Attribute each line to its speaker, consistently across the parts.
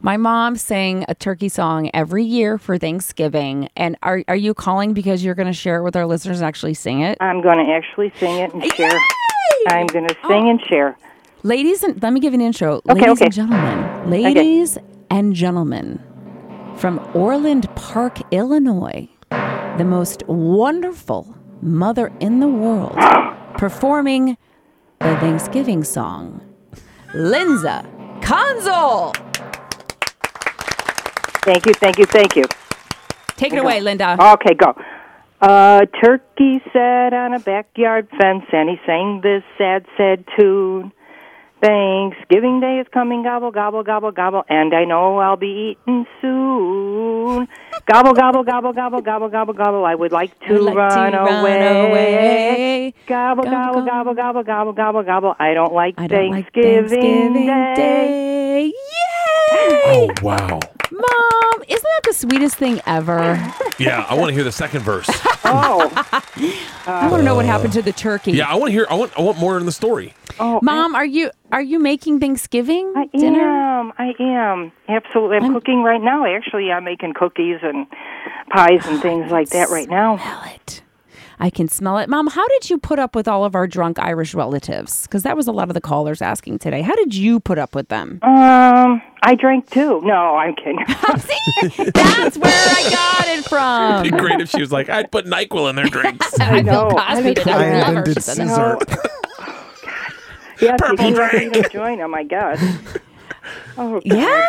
Speaker 1: My mom sang a turkey song every year for Thanksgiving. And are, are you calling because you're going to share it with our listeners and actually sing it?
Speaker 2: I'm going to actually sing it and share. I'm going to sing
Speaker 1: Oh.
Speaker 2: and share.
Speaker 1: Ladies and let me give you an intro.
Speaker 2: Okay,
Speaker 1: ladies
Speaker 2: okay.
Speaker 1: and gentlemen, ladies and gentlemen, from Orland Park, Illinois, the most wonderful mother in the world, performing the Thanksgiving song, Linza Conzel.
Speaker 2: Thank you, thank you, thank you.
Speaker 1: Take it away, Linda.
Speaker 2: Okay, go. A turkey sat on a backyard fence and he sang this sad, sad tune. Thanksgiving Day is coming, gobble, gobble, gobble, gobble, and I know I'll be eaten soon. Gobble, gobble, gobble, gobble, gobble, gobble, gobble. I would like to,
Speaker 1: I'd like to
Speaker 2: run,
Speaker 1: run away.
Speaker 2: Gobble,
Speaker 1: Gobble,
Speaker 2: gobble, gobble, gobble, gobble, gobble, gobble. I don't like
Speaker 1: I don't like
Speaker 2: Thanksgiving
Speaker 1: Thanksgiving
Speaker 2: Day.
Speaker 1: Day.
Speaker 3: Oh
Speaker 1: Yay!
Speaker 3: wow.
Speaker 1: Mom, isn't that the sweetest thing ever?
Speaker 3: Yeah, I want to hear the second verse.
Speaker 2: Oh,
Speaker 1: I want to know what happened to the turkey.
Speaker 3: Yeah, I want to hear. I want. I want more in the story.
Speaker 2: oh,
Speaker 1: Mom, are you are you making Thanksgiving
Speaker 2: I
Speaker 1: dinner?
Speaker 2: am. I am. Absolutely. I'm, cooking right now. Actually, I'm making cookies and pies and things like that right now.
Speaker 1: Smell it. I can smell it. Mom, how did you put up with all of our drunk Irish relatives? Because that was a lot of the callers asking today. How did you put up with them?
Speaker 2: Um, I drank too. No, I'm kidding.
Speaker 1: See, that's where I got it
Speaker 3: It'd
Speaker 1: from.
Speaker 3: be great if she was like, I'd put Nyquil in their drinks.
Speaker 1: I feel
Speaker 2: know.
Speaker 1: Cosby did.
Speaker 4: I
Speaker 1: I love her.
Speaker 4: invented
Speaker 1: She doesn't.
Speaker 4: Caesar.
Speaker 2: yes,
Speaker 3: Purple
Speaker 2: if you
Speaker 3: drink.
Speaker 2: To join them, I guess. Oh,
Speaker 1: Yeah.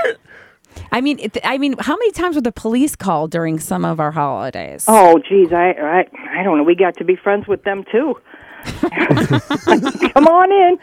Speaker 1: I mean, it, I mean, how many times were the police called during some of our holidays?
Speaker 2: Oh, geez. I, I, I don't know. We got to be friends with them too. Come on in.